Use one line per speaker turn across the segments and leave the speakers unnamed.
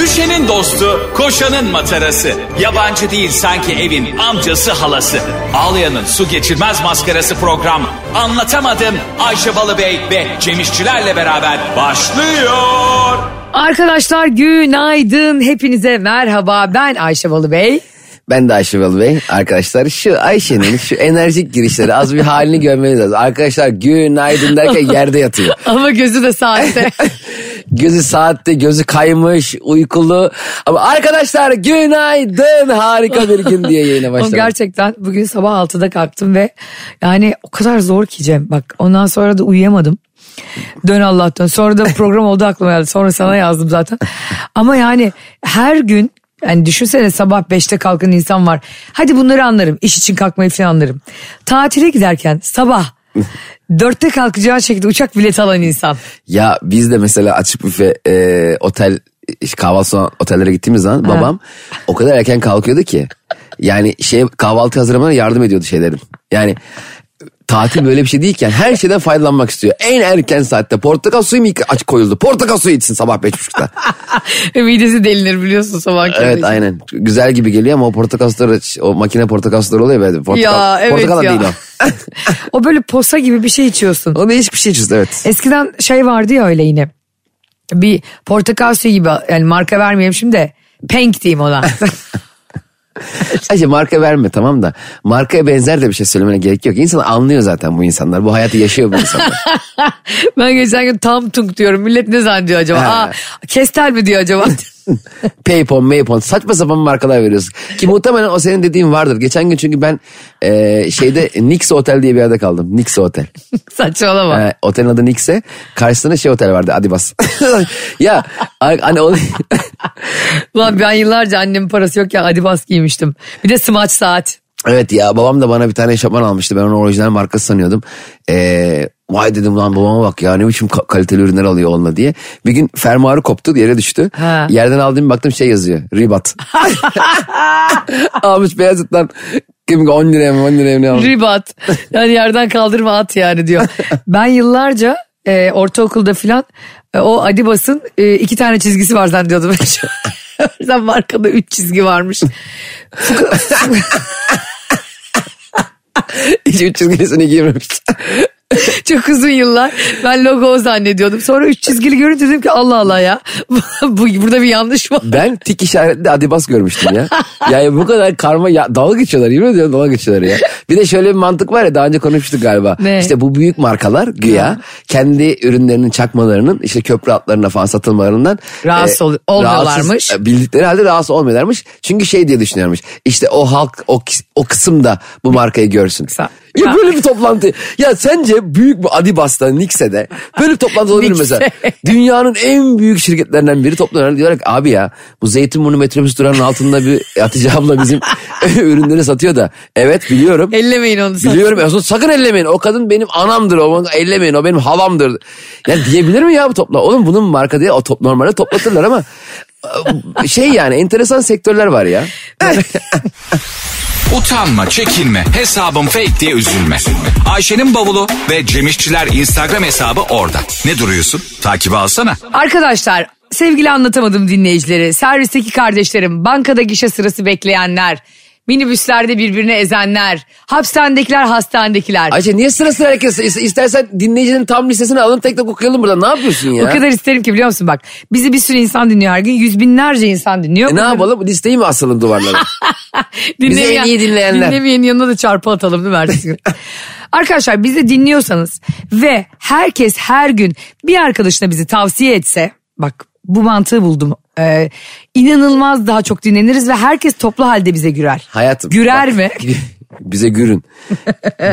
Ayşe'nin dostu, koşanın matarası. Yabancı değil sanki evin amcası halası. Ağlayan'ın su geçirmez maskarası program. Anlatamadım Ayşe Balıbey ve Cemişçilerle beraber başlıyor.
Arkadaşlar günaydın. Hepinize merhaba. Ben Ayşe Balıbey.
Ben de Ayşe Balı Bey. Arkadaşlar şu Ayşe'nin şu enerjik girişleri az bir halini görmeniz lazım. Arkadaşlar günaydın derken yerde yatıyor.
Ama gözü de saatte.
Gözü saatte, gözü kaymış, uykulu. Ama arkadaşlar günaydın harika bir gün diye yayına
Oğlum
başladım.
gerçekten bugün sabah 6'da kalktım ve yani o kadar zor ki Cem. Bak ondan sonra da uyuyamadım. Dön Allah dön. Sonra da program oldu aklıma geldi. Sonra sana yazdım zaten. Ama yani her gün yani düşünsene sabah 5'te kalkan insan var. Hadi bunları anlarım. İş için kalkmayı falan anlarım. Tatile giderken sabah 4'te kalkacağı şekilde uçak bileti alan insan.
Ya biz de mesela açık büfe e, otel işte kahvaltı sonra otellere gittiğimiz zaman babam o kadar erken kalkıyordu ki. Yani şey kahvaltı hazırlamana yardım ediyordu şeylerim. Yani tatil böyle bir şey değilken her şeyden faydalanmak istiyor. En erken saatte portakal suyu mu ilk açık koyuldu? Portakal suyu içsin sabah beş buçukta.
Midesi delinir biliyorsun sabah
evet aynen. Güzel gibi geliyor ama o portakal suları o makine portakal suları oluyor böyle. Portakal,
Ya, evet
portakal da
ya.
değil o.
O böyle posa gibi bir şey içiyorsun.
Onu hiçbir şey içiyorsun evet.
Eskiden şey vardı ya öyle yine. Bir portakal suyu gibi yani marka vermeyeyim şimdi de Penk diyeyim ona.
Sadece marka verme tamam da markaya benzer de bir şey söylemene gerek yok. İnsan anlıyor zaten bu insanlar. Bu hayatı yaşıyor bu insanlar.
ben geçen gün tam tunk diyorum. Millet ne zannediyor acaba?
Ha.
Aa, kestel mi diyor acaba?
Paypon, Maypon saçma sapan markalar veriyorsun. Ki muhtemelen o senin dediğin vardır. Geçen gün çünkü ben e, şeyde Nix Otel diye bir yerde kaldım. Nix Otel.
Saçmalama.
E, otelin adı Nix'e. Karşısında şey otel vardı Adibas. ya hani o...
Ulan ben yıllarca annemin parası yok ya Adibas giymiştim. Bir de smaç saat.
Evet ya babam da bana bir tane şapan almıştı. Ben onu orijinal markası sanıyordum. Ee, vay dedim lan babama bak ya ne biçim ka- kaliteli ürünler alıyor onunla diye. Bir gün fermuarı koptu yere düştü.
Ha.
Yerden aldığım baktım şey yazıyor. Ribat. Almış Beyazıt'tan kim 10 liraya mı 10 liraya mı ne almış.
Ribat. Yani yerden kaldırma at yani diyor. Ben yıllarca e, ortaokulda filan e, o Adibas'ın e, iki tane çizgisi var zannediyordum. Sen markada üç çizgi varmış.
Hiç üç çizgilisini giymemiş.
Çok uzun yıllar ben logo o zannediyordum. Sonra üç çizgili görünce dedim ki Allah Allah ya. Bu, burada bir yanlış var.
Ben tik işaretli adibas görmüştüm ya. Yani bu kadar karma ya, dalga geçiyorlar yemin ediyorum dalga geçiyorlar ya. Bir de şöyle bir mantık var ya daha önce konuşmuştuk galiba.
Ne?
İşte bu büyük markalar güya kendi ürünlerinin çakmalarının işte köprü atlarına falan satılmalarından. e,
Rahatsız ol- olmuyorlarmış.
rahatsız- e, bildikleri halde rahatsız olmuyorlarmış. Çünkü şey diye düşünüyormuş. İşte o halk o, kis- o kısım da bu markayı görsün.
Kısa.
Ya böyle bir toplantı. Ya sence büyük bir Adibas'ta, Nixe'de böyle bir toplantı olabilir mi
Nix'e.
mesela? Dünyanın en büyük şirketlerinden biri toplanıyor. Diyorlar ki abi ya bu Zeytinburnu metrobüs durağının altında bir Hatice abla bizim ürünleri satıyor da. Evet biliyorum.
Ellemeyin onu sen.
Biliyorum Ersun sakın ellemeyin. O kadın benim anamdır. O ellemeyin. O benim halamdır. Ya diyebilir mi ya bu topla? Oğlum bunun marka diye o top normalde toplatırlar ama şey yani enteresan sektörler var ya.
Utanma, çekinme, hesabım fake diye üzülme. Ayşe'nin bavulu ve Cemişçiler Instagram hesabı orada. Ne duruyorsun? Takibi alsana.
Arkadaşlar sevgili anlatamadım dinleyicileri, servisteki kardeşlerim, bankada gişe sırası bekleyenler, minibüslerde birbirini ezenler, hapishanedekiler, hastanedekiler.
Ayşe niye sıra sıra herkes istersen dinleyicinin tam listesini alalım tek tek okuyalım burada. Ne yapıyorsun ya?
o kadar isterim ki biliyor musun bak bizi bir sürü insan dinliyor her gün yüz binlerce insan dinliyor.
E ne yapalım? Listeyi mi asalım duvarlara? Bizi en iyi dinleyenler.
Dinlemeyenin yanına da çarpı atalım değil mi ertesi gün? Arkadaşlar bizi dinliyorsanız ve herkes her gün bir arkadaşına bizi tavsiye etse bak bu mantığı buldum. Ee, inanılmaz daha çok dinleniriz ve herkes toplu halde bize güler.
Hayatım.
Gürer
bak,
mi?
Bize gürün.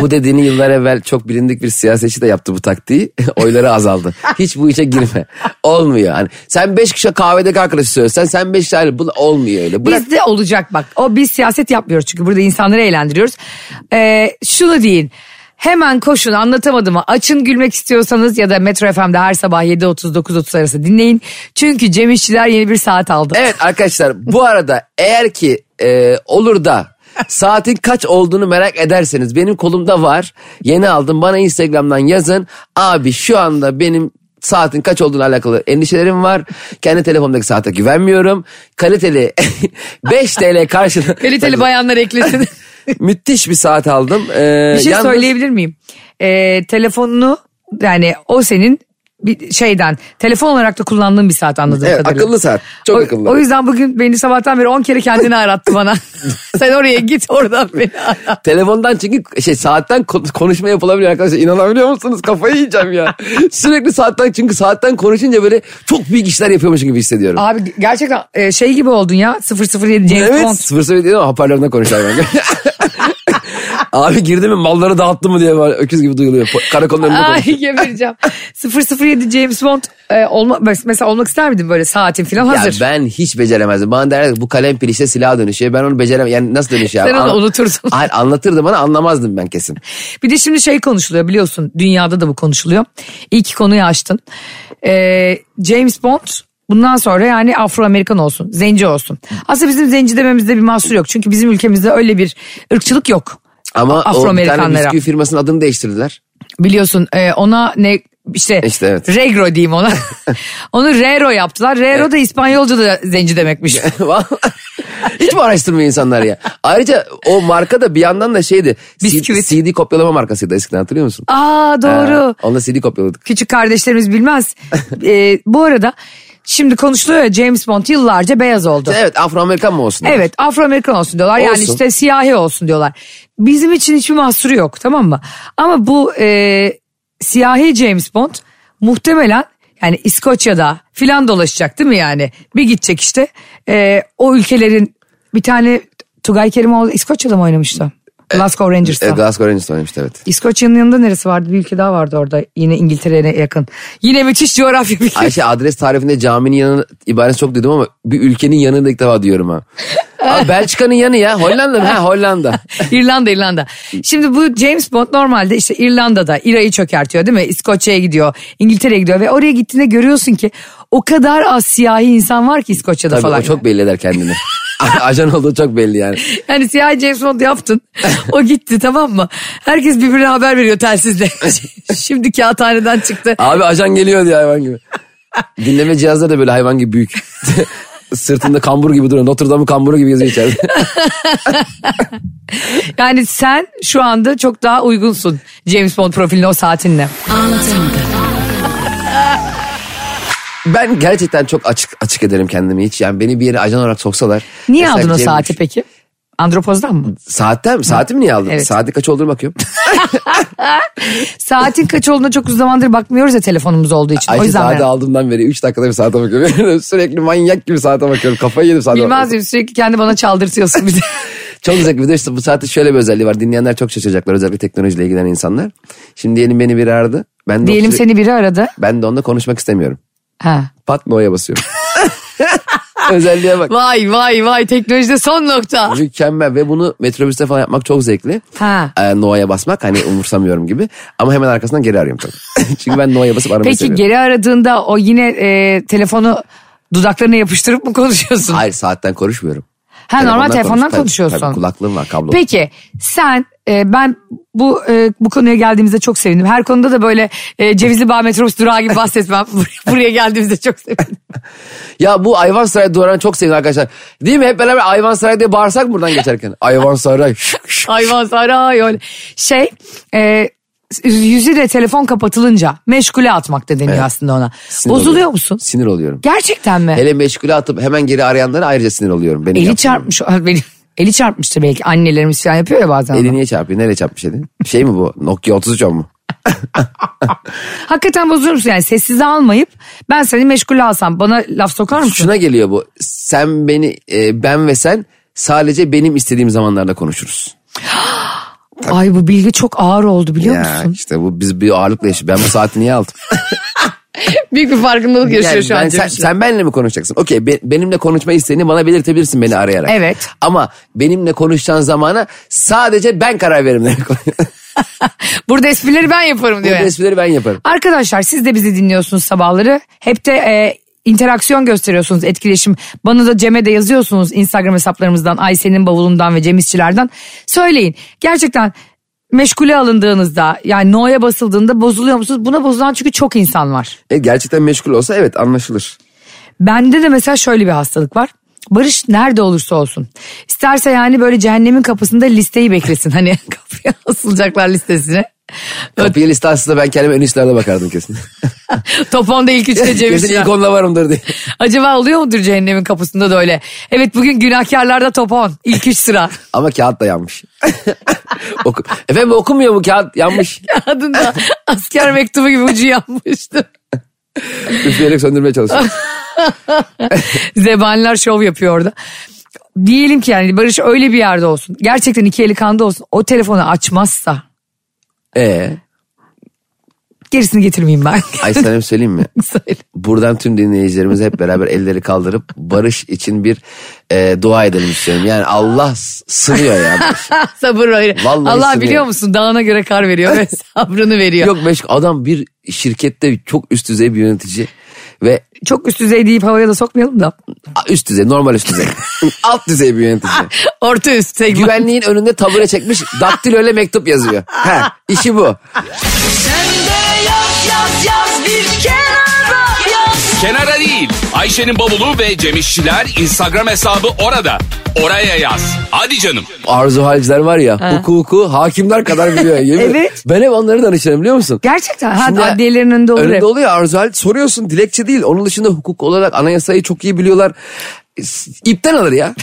bu dediğini yıllar evvel çok bilindik bir siyasetçi de yaptı bu taktiği. Oyları azaldı. Hiç bu işe girme. Olmuyor. Hani sen beş kişi kahvedeki arkadaşı söylesen sen beş tane. Bu olmuyor öyle. Bırak.
Bizde olacak bak. O biz siyaset yapmıyoruz çünkü burada insanları eğlendiriyoruz. Ee, şunu deyin. Hemen koşun anlatamadım mı? Açın gülmek istiyorsanız ya da Metro FM'de her sabah 7.30-9.30 arası dinleyin. Çünkü Cem İşçiler yeni bir saat aldı.
Evet arkadaşlar bu arada eğer ki e, olur da saatin kaç olduğunu merak ederseniz benim kolumda var. Yeni aldım bana Instagram'dan yazın. Abi şu anda benim saatin kaç olduğuna alakalı endişelerim var. Kendi telefonumdaki saate güvenmiyorum. Kaliteli 5 TL karşılığı.
Kaliteli bayanlar eklesin.
Müthiş bir saat aldım. Ee,
Bir şey
yalnız-
söyleyebilir miyim? Ee, telefonunu yani o senin bir şeyden telefon olarak da kullandığın bir saat anladığım
Evet,
kadarıyla.
akıllı saat. Çok
o,
akıllı.
O yüzden bugün beni sabahtan beri 10 kere kendini arattı bana. Sen oraya git oradan beni ara.
Telefondan çünkü şey saatten ko- konuşma yapılabiliyor arkadaşlar. İnanabiliyor musunuz? Kafayı yiyeceğim ya. Sürekli saatten çünkü saatten konuşunca böyle çok büyük işler yapıyormuş gibi hissediyorum.
Abi gerçekten e, şey gibi oldun ya 007 James
evet.
Bond.
Sıfır söyledi ama hoparlöründen konuşuyor ben. Abi girdi mi malları dağıttı mı diye böyle öküz gibi duyuluyor. Po- Karakolun önünde
Ay
konuşuyor.
gebereceğim. 007 James Bond e, olma, mesela olmak ister miydin böyle saatin falan hazır.
Ya ben hiç beceremezdim. Bana derler ki, bu kalem pil işte silaha dönüşüyor. Ben onu beceremem. Yani nasıl dönüşüyor?
Sen
abi?
onu
An-
unutursun.
Hayır anlatırdı bana anlamazdım ben kesin.
Bir de şimdi şey konuşuluyor biliyorsun dünyada da bu konuşuluyor. İyi ki konuyu açtın. Ee, James Bond bundan sonra yani Afro-Amerikan olsun, zenci olsun. Aslında bizim zenci dememizde bir mahsur yok. Çünkü bizim ülkemizde öyle bir ırkçılık yok.
Ama o bir tane
Afro-Amerikanlara.
bisküvi firmasının adını değiştirdiler.
Biliyorsun e, ona ne işte,
İşte evet.
Regro diyeyim ona. Onu Rero yaptılar. Rero da İspanyolca da zenci demekmiş.
Vallahi. Hiç mi araştırmıyor insanlar ya? Ayrıca o marka da bir yandan da şeydi. C-
Bisküvit.
CD kopyalama markasıydı eskiden hatırlıyor musun?
Aa doğru.
Ee, Onda CD kopyaladık.
küçük kardeşlerimiz bilmez. Ee, bu arada şimdi konuşuluyor ya James Bond yıllarca beyaz oldu.
Evet Afro-Amerikan mı olsun?
Evet Afro Amerikan olsun diyorlar yani
Olsun.
işte siyahi olsun diyorlar. Bizim için hiçbir mahsuru yok tamam mı? Ama bu e, siyahi James Bond muhtemelen yani İskoçya'da filan dolaşacak değil mi yani? Bir gidecek işte e, o ülkelerin bir tane Tugay Kerimoğlu İskoçya'da mı oynamıştı? Glasgow Rangers'ta.
Ee, Glasgow Rangers oynamıştı evet.
İskoçya'nın yanında neresi vardı? Bir ülke daha vardı orada. Yine İngiltere'ye yakın. Yine müthiş coğrafya bilgisi.
Ayşe adres tarifinde caminin yanı ibaresi çok duydum ama bir ülkenin yanında ilk defa diyorum ha. Abi Belçika'nın yanı ya. Hollanda mı? Ha Hollanda.
İrlanda İrlanda. Şimdi bu James Bond normalde işte İrlanda'da İra'yı çökertiyor değil mi? İskoçya'ya gidiyor, İngiltere'ye gidiyor ve oraya gittiğinde görüyorsun ki o kadar az siyahi insan var ki İskoçya'da
Tabii
falan.
o çok belli eder kendini. Ajan olduğu çok belli yani.
Yani siyahi James Bond yaptın. O gitti tamam mı? Herkes birbirine haber veriyor telsizle. Şimdi kağıthaneden çıktı.
Abi ajan geliyor diye hayvan gibi. Dinleme cihazları da böyle hayvan gibi büyük. Sırtında kambur gibi duruyor. Notre Dame'ın kamburu gibi geziyor içeride.
Yani sen şu anda çok daha uygunsun James Bond profiline o saatinle.
Ben gerçekten çok açık açık ederim kendimi hiç. Yani beni bir yere ajan olarak soksalar.
Niye
Mesela
aldın o
Cem-
saati peki? Andropoz'dan mı?
Saatten mi? Saati mi niye aldın?
Evet.
Saati kaç olduğunu bakıyorum.
Saatin kaç olduğuna çok uzun zamandır bakmıyoruz ya telefonumuz olduğu için. o
Ayşe
yüzden merak-
saati aldığımdan beri 3 dakikada bir saate bakıyorum. Sürekli manyak gibi saate bakıyorum. Kafayı yedim saate
Bilmez
bakıyorum.
miyim sürekli kendi bana çaldırtıyorsun bir de.
Çok güzel bir de işte bu saatte şöyle bir özelliği var. Dinleyenler çok şaşıracaklar özellikle teknolojiyle ilgilenen insanlar. Şimdi diyelim beni biri aradı. Ben de
Diyelim
süre-
seni biri aradı.
Ben de onunla konuşmak istemiyorum.
Ha.
Pat no'ya basıyorum. Özelliğe bak.
Vay vay vay teknolojide son nokta.
Mükemmel ve bunu metrobüste falan yapmak çok zevkli.
Ha.
Ee, Noah'ya basmak hani umursamıyorum gibi. Ama hemen arkasından geri arıyorum tabii. Çünkü ben Noah'ya basıp aramayı
Peki
seviyorum.
geri aradığında o yine e, telefonu dudaklarına yapıştırıp mı konuşuyorsun?
Hayır saatten konuşmuyorum.
ha normal telefondan
konuş- tabii,
konuşuyorsun.
Tabii, kulaklığım var kablo.
Peki sen e, ben bu e, bu konuya geldiğimizde çok sevindim. Her konuda da böyle e, Cevizli Bağ metrobüs durağı gibi bahsetmem. Buraya- Buraya geldiğimizde çok sevindim.
Ya bu Ayvansaray duvarını çok sevdim arkadaşlar. Değil mi? Hep beraber Ayvansaray diye bağırsak mı buradan geçerken. Ayvansaray. şık şık.
Hayvan saray öyle. Şey e, yüzü de telefon kapatılınca meşgule atmak da deniyor
Evet.
aslında ona.
Sinir
Bozuluyor
oluyorum.
musun?
Sinir oluyorum.
Gerçekten mi?
Hele meşgule atıp hemen geri arayanlara ayrıca sinir oluyorum. Benim
Eli
yaptığım.
çarpmış. Benim, eli çarpmıştır belki annelerimiz falan yapıyor ya bazen.
Eli
onu.
niye çarpıyor? Nereye çarpmış elin? Şey mi bu? Nokia 33 mu?
Hakikaten bozulur musun yani sessize almayıp ben seni meşgule alsam bana laf sokar mısın?
Şuna geliyor bu. Sen beni, e, ben ve sen sadece benim istediğim zamanlarda konuşuruz.
Ay bu bilgi çok ağır oldu biliyor
Ya
musun?
işte bu biz bir ağırlıkla yaşıyoruz. Ben bu saati niye aldım?
Büyük bir farkındalık
Yani ben- sen, sen benimle mi konuşacaksın? Okey be- benimle konuşma isteğini bana belirtebilirsin beni arayarak.
Evet.
Ama benimle konuşacağın zamana sadece ben karar veririm. demek.
Burada esprileri ben yaparım
Bu
diyor. yani.
esprileri ben yaparım.
Arkadaşlar siz de bizi dinliyorsunuz sabahları. Hep de e, interaksiyon gösteriyorsunuz, etkileşim. Bana da Cem'e de yazıyorsunuz Instagram hesaplarımızdan, Ayşe'nin bavulundan ve Cem İşçilerden. Söyleyin gerçekten meşgule alındığınızda yani no'ya basıldığında bozuluyor musunuz? Buna bozulan çünkü çok insan var.
E, gerçekten meşgul olsa evet anlaşılır.
Bende de mesela şöyle bir hastalık var. Barış nerede olursa olsun. İsterse yani böyle cehennemin kapısında listeyi beklesin. Hani kapıya asılacaklar listesine.
Kapıyı liste aslında ben kendime ön listelerde bakardım kesin.
Top 10'da ilk üçte Cem
kesin
İşçiler.
ilk onunla varımdır diye.
Acaba oluyor mudur cehennemin kapısında da öyle? Evet bugün günahkarlarda top 10. İlk 3 sıra.
Ama kağıt da yanmış. Oku- Efendim okunmuyor bu kağıt yanmış.
Adında asker mektubu gibi ucu yanmıştı.
Üfleyerek söndürmeye çalışıyorum.
Zebaniler şov yapıyor orada. Diyelim ki yani Barış öyle bir yerde olsun. Gerçekten iki eli kanda olsun. O telefonu açmazsa
Ee,
gerisini getirmeyeyim ben.
ay sana bir söyleyeyim mi?
Söyle.
Buradan tüm dinleyicilerimiz hep beraber elleri kaldırıp barış için bir e, dua edelim istiyorum. Yani Allah s- sınıyor ya.
Sabır öyle.
Vallahi
Allah
sınıyor.
biliyor musun dağına göre kar veriyor ve sabrını veriyor.
Yok meşk adam bir şirkette çok üst düzey bir yönetici ve
Çok üst düzey deyip havaya da sokmayalım da.
a- üst düzey normal üst düzey. Alt düzey bir yönetici.
Ah, Orta üst segment.
Güvenliğin önünde tabure çekmiş daktiloyla mektup yazıyor. He, işi bu.
Kenara değil. Ayşe'nin bavulu ve Cemişçiler Instagram hesabı orada. Oraya yaz. Hadi canım.
Arzu halciler var ya hukuku hakimler kadar biliyor. yemin ederim.
Evet.
Ben hep onları danışırım biliyor musun?
Gerçekten ha,
Şimdi-
adliyelerin önünde olur hep.
Önünde oluyor arzu hal soruyorsun dilekçe değil. Onun dışında hukuk olarak anayasayı çok iyi biliyorlar. S- İpten alır ya.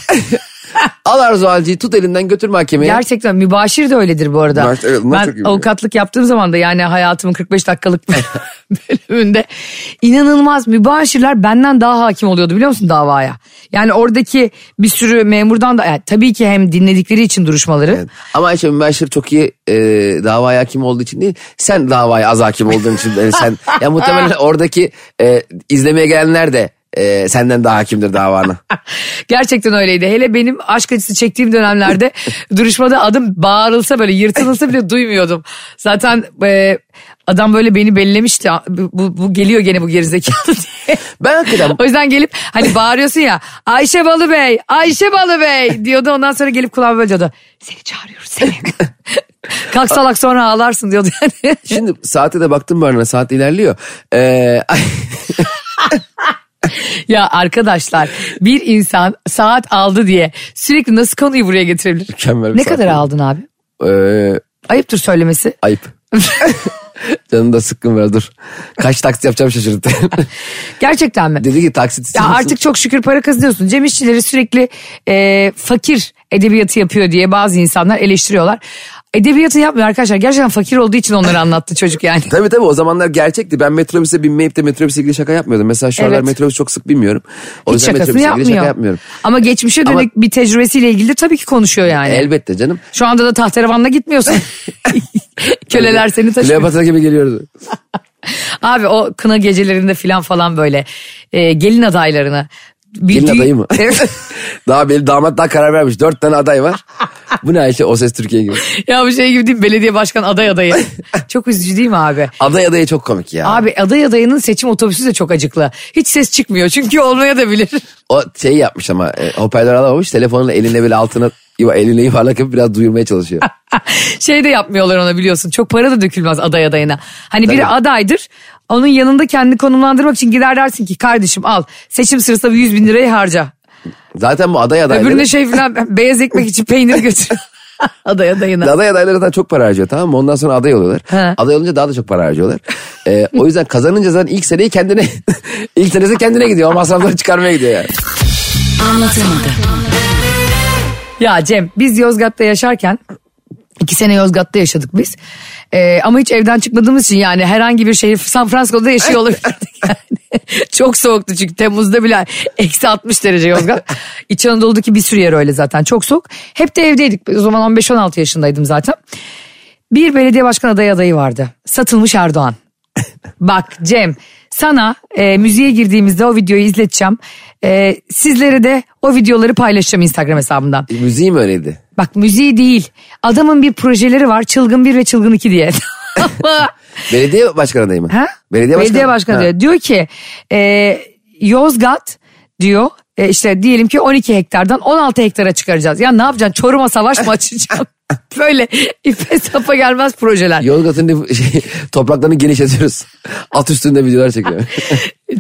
Al arzu halciyi tut elinden götür mahkemeye.
Gerçekten mübaşir de öyledir bu arada.
Mübaşir, evet, bunlar çok iyi
ben
biliyor.
avukatlık yaptığım zaman da yani hayatımın 45 dakikalık bölümünde inanılmaz mübaşirler benden daha hakim oluyordu biliyor musun davaya. Yani oradaki bir sürü memurdan da yani tabii ki hem dinledikleri için duruşmaları.
Evet. Ama Ayşe Mübaşir çok iyi e, davaya hakim olduğu için değil. Sen davaya az hakim olduğun için. yani sen ya muhtemelen oradaki e, izlemeye gelenler de e, senden daha hakimdir davana.
Gerçekten öyleydi. Hele benim aşk acısı çektiğim dönemlerde duruşmada adım bağırılsa böyle yırtılsa bile duymuyordum. Zaten e, adam böyle beni bellemişti. Bu, bu- bu geliyor gene bu gerizekalı diye.
Ben hakikaten
O yüzden gelip hani bağırıyorsun ya Ayşe Balı Bey, Ayşe Balı Bey diyordu. Ondan sonra gelip kulağıma böyle diyordu. Seni çağırıyoruz seni. Kalk salak sonra ağlarsın diyordu yani.
şimdi saate de baktım bu arada saat ilerliyor. E,
ya arkadaşlar bir insan saat aldı diye sürekli nasıl konuyu buraya getirebilir?
Mükemmel bir
ne
saat
kadar
oldu.
aldın abi?
e,
Ayıptır söylemesi.
ayıp. Canım da sıkkın biraz dur. Kaç taksit yapacağım şaşırdı.
Gerçekten mi?
Dedi ki taksit
Ya
istiyor musun?
artık çok şükür para kazanıyorsun. Cem İşçileri sürekli e, fakir edebiyatı yapıyor diye bazı insanlar eleştiriyorlar. Edebiyatı yapmıyor arkadaşlar. Gerçekten fakir olduğu için onları anlattı çocuk yani.
Tabii tabii o zamanlar gerçekti. Ben metrobüse binmeyip de metrobüse ilgili şaka yapmıyordum. Mesela şu aralar
Evet.
metrobüs çok sık binmiyorum. O
Hiç
yüzden
şakasını
metrobüse
yapmıyor.
ilgili şaka yapmıyorum.
Ama geçmişe dönük
Ama-
bir tecrübesiyle ilgili de tabii ki konuşuyor yani.
Elbette canım.
Şu anda da tahterevanla gitmiyorsun. Köleler seni taşıyor.
Kleopatra gibi geliyordu.
Abi o kına gecelerinde filan falan böyle e, gelin adaylarını. Bir
Gelin
düğün-
adayı mı? daha belli damat daha karar vermiş. Dört tane aday var. Bu ne Ayşe? O ses Türkiye gibi.
ya bu şey gibi değil mi? Belediye başkan aday adayı. Çok üzücü değil mi abi?
Aday adayı çok komik ya.
Abi aday adayının seçim otobüsü de çok acıklı. Hiç ses çıkmıyor çünkü olmaya da bilir.
O şey yapmış ama e, hoparlör alamamış. Telefonla eline böyle altına yuva- eline yuvarlak yapıp biraz duyurmaya çalışıyor.
şey de yapmıyorlar ona biliyorsun. Çok para da dökülmez aday adayına. Hani biri
Tabii.
adaydır. Onun yanında kendini konumlandırmak için gider dersin ki kardeşim al seçim sırasında bir 100 bin lirayı harca.
Zaten bu aday adayları...
Öbürüne şey filan beyaz ekmek için peynir götür. aday adayına.
Aday adayları da çok para harcıyor tamam mı? Ondan sonra aday oluyorlar.
He.
Aday olunca daha da çok para harcıyorlar. E, o yüzden kazanınca zaten ilk seneyi kendine... ilk senesi kendine gidiyor. O masrafları çıkarmaya gidiyor yani.
Ya Cem biz Yozgat'ta yaşarken iki sene Yozgat'ta yaşadık biz. Ee, ama hiç evden çıkmadığımız için yani herhangi bir şehir San Francisco'da yaşıyor olabilirdik yani. Çok soğuktu çünkü Temmuz'da bile eksi 60 derece Yozgat. İç Anadolu'daki bir sürü yer öyle zaten çok soğuk. Hep de evdeydik o zaman 15-16 yaşındaydım zaten. Bir belediye başkan adayı adayı vardı. Satılmış Erdoğan. Bak Cem sana e, müziğe girdiğimizde o videoyu izleteceğim. E, sizlere de o videoları paylaşacağım Instagram hesabımdan.
E, müziği mi öyleydi?
Bak müziği değil. Adamın bir projeleri var. Çılgın 1 ve Çılgın 2 diye.
Belediye başkan adayı mı?
ha?
Belediye başkanı. Ha.
diyor. Diyor ki e, Yozgat diyor e, işte diyelim ki 12 hektardan 16 hektara çıkaracağız. Ya ne yapacaksın? Çorum'a savaş mı açacaksın? Böyle ipe sapa gelmez projeler.
Yozgat'ın nüf- şey, topraklarını genişletiyoruz. At üstünde videolar çekiyor.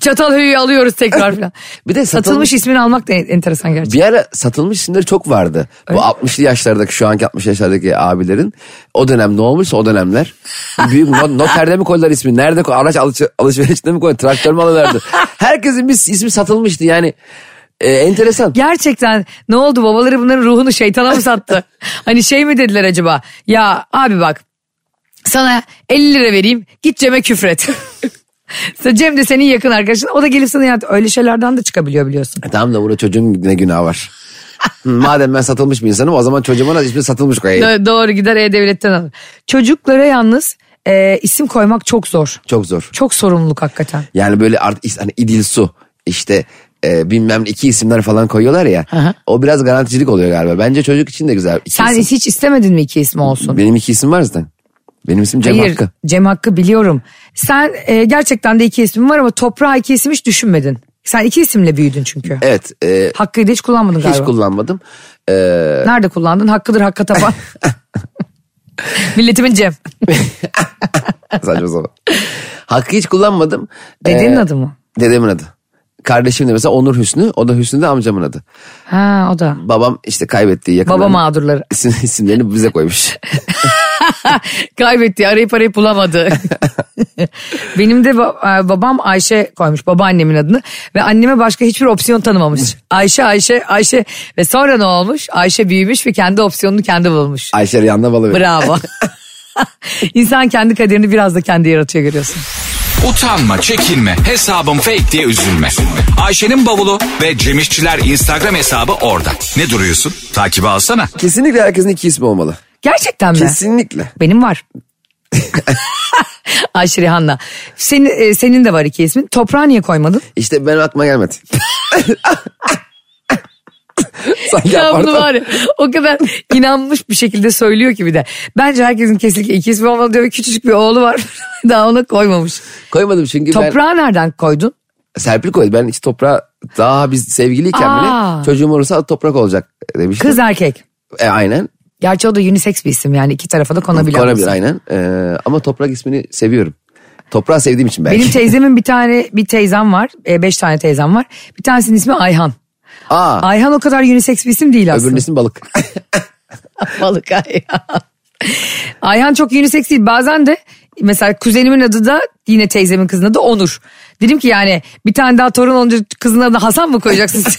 Çatal höyüyü alıyoruz tekrar falan.
Bir de satılmış-
satılmış ismini almak da en- enteresan gerçekten.
bir ara satılmış isimleri çok vardı. Bu 60'lı yaşlardaki şu anki 60 yaşlardaki abilerin o dönem ne olmuşsa o dönemler. Büyük no- noterde mi koydular ismi? Nerede koy? Araç alış alışverişinde mi koydular? Traktör mü alırlardı? Herkesin bir ismi satılmıştı yani. e, enteresan.
Gerçekten ne oldu babaları bunların ruhunu şeytana mı sattı? hani şey mi dediler acaba? Ya abi bak sana 50 lira vereyim git Cem'e küfret. Cem de senin yakın arkadaşın o da gelip sana yani öyle şeylerden de çıkabiliyor biliyorsun.
E, Tamam da burada çocuğun ne günah var? Hı, Madem ben satılmış bir insanım o zaman çocuğuma da ismi satılmış koyayım.
Do- doğru gider E-Devlet'ten alır. Çocuklara yalnız e, isim koymak çok zor.
Çok zor.
Çok sorumluluk hakikaten.
Yani böyle artık is- hani İdil Su işte e, bilmem ne iki isimler falan koyuyorlar ya.
Hı hı.
O biraz garanticilik oluyor galiba. Bence çocuk için de güzel. İki
Sen
isim.
hiç istemedin mi iki ismi olsun?
Benim iki isim var zaten. Benim isim Cem
Hayır,
Hakkı.
Cem Hakkı biliyorum. Sen e, gerçekten de iki ismin var ama toprağa iki isim hiç düşünmedin. Sen iki isimle büyüdün çünkü.
Evet e,
Hakkı'yı da hiç kullanmadın
hiç
galiba.
kullanmadım. E,
Nerede kullandın? Hakkıdır Hakk'a tapan. Milletimin Cem.
saçma sapan. Hakkı hiç kullanmadım. E,
Dedenin adı mı?
Dedemin adı. Kardeşim de mesela Onur Hüsnü. O da Hüsnü de amcamın adı.
Ha o da.
Babam işte kaybettiği yakınlarını.
Baba mağdurları.
isim, isimlerini bize koymuş.
Kaybetti arayıp arayıp bulamadı. Benim de ba- e, babam Ayşe koymuş babaannemin adını ve anneme başka hiçbir opsiyon tanımamış. Ayşe Ayşe Ayşe ve sonra ne olmuş? Ayşe büyümüş ve kendi opsiyonunu kendi bulmuş.
Ayşe Riyan'la balı verir.
Bravo. İnsan kendi kaderini biraz da kendi yaratıyor görüyorsun.
Utanma, çekinme, hesabım fake diye üzülme. Ayşe'nin bavulu ve Cemişçiler Instagram hesabı orada. Ne duruyorsun? Takibi alsana.
Kesinlikle herkesin iki ismi olmalı.
Gerçekten mi?
Kesinlikle.
Benim var. Ayşe Rihanna. Senin, e, senin de var iki ismin. Toprağı niye koymadın?
İşte benim aklıma gelmedi. Sanki
Ya bunu
apartman-
var ya o kadar inanmış bir şekilde söylüyor ki bir de. Bence herkesin kesinlikle iki ismi olmalı diyor. Küçücük bir oğlu var. Daha ona koymamış.
Koymadım çünkü ben
Toprağı nereden koydun?
Serpil koydu. Ben hiç toprağa daha biz sevgiliyken
Aa.
bile çocuğum olursa toprak olacak demiştim.
Kız erkek.
E, aynen.
Gerçi o da unisex bir isim yani iki tarafa da konabiliyor.
Konabilir aynen. E, ama toprak ismini seviyorum. Toprağı sevdiğim için belki.
Benim teyzemin bir tane bir teyzem var. E, beş tane teyzem var. Bir tanesinin ismi Ayhan.
Aa,
Ayhan o kadar unisex bir isim değil aslında.
öbürünün ismi balık.
Balık Ayhan. Ayhan çok unisex değil. Bazen de mesela kuzenimin adı da yine teyzemin kızının adı Onur. Dedim ki yani bir tane daha torun olunca kızın adına Hasan mı koyacaksınız?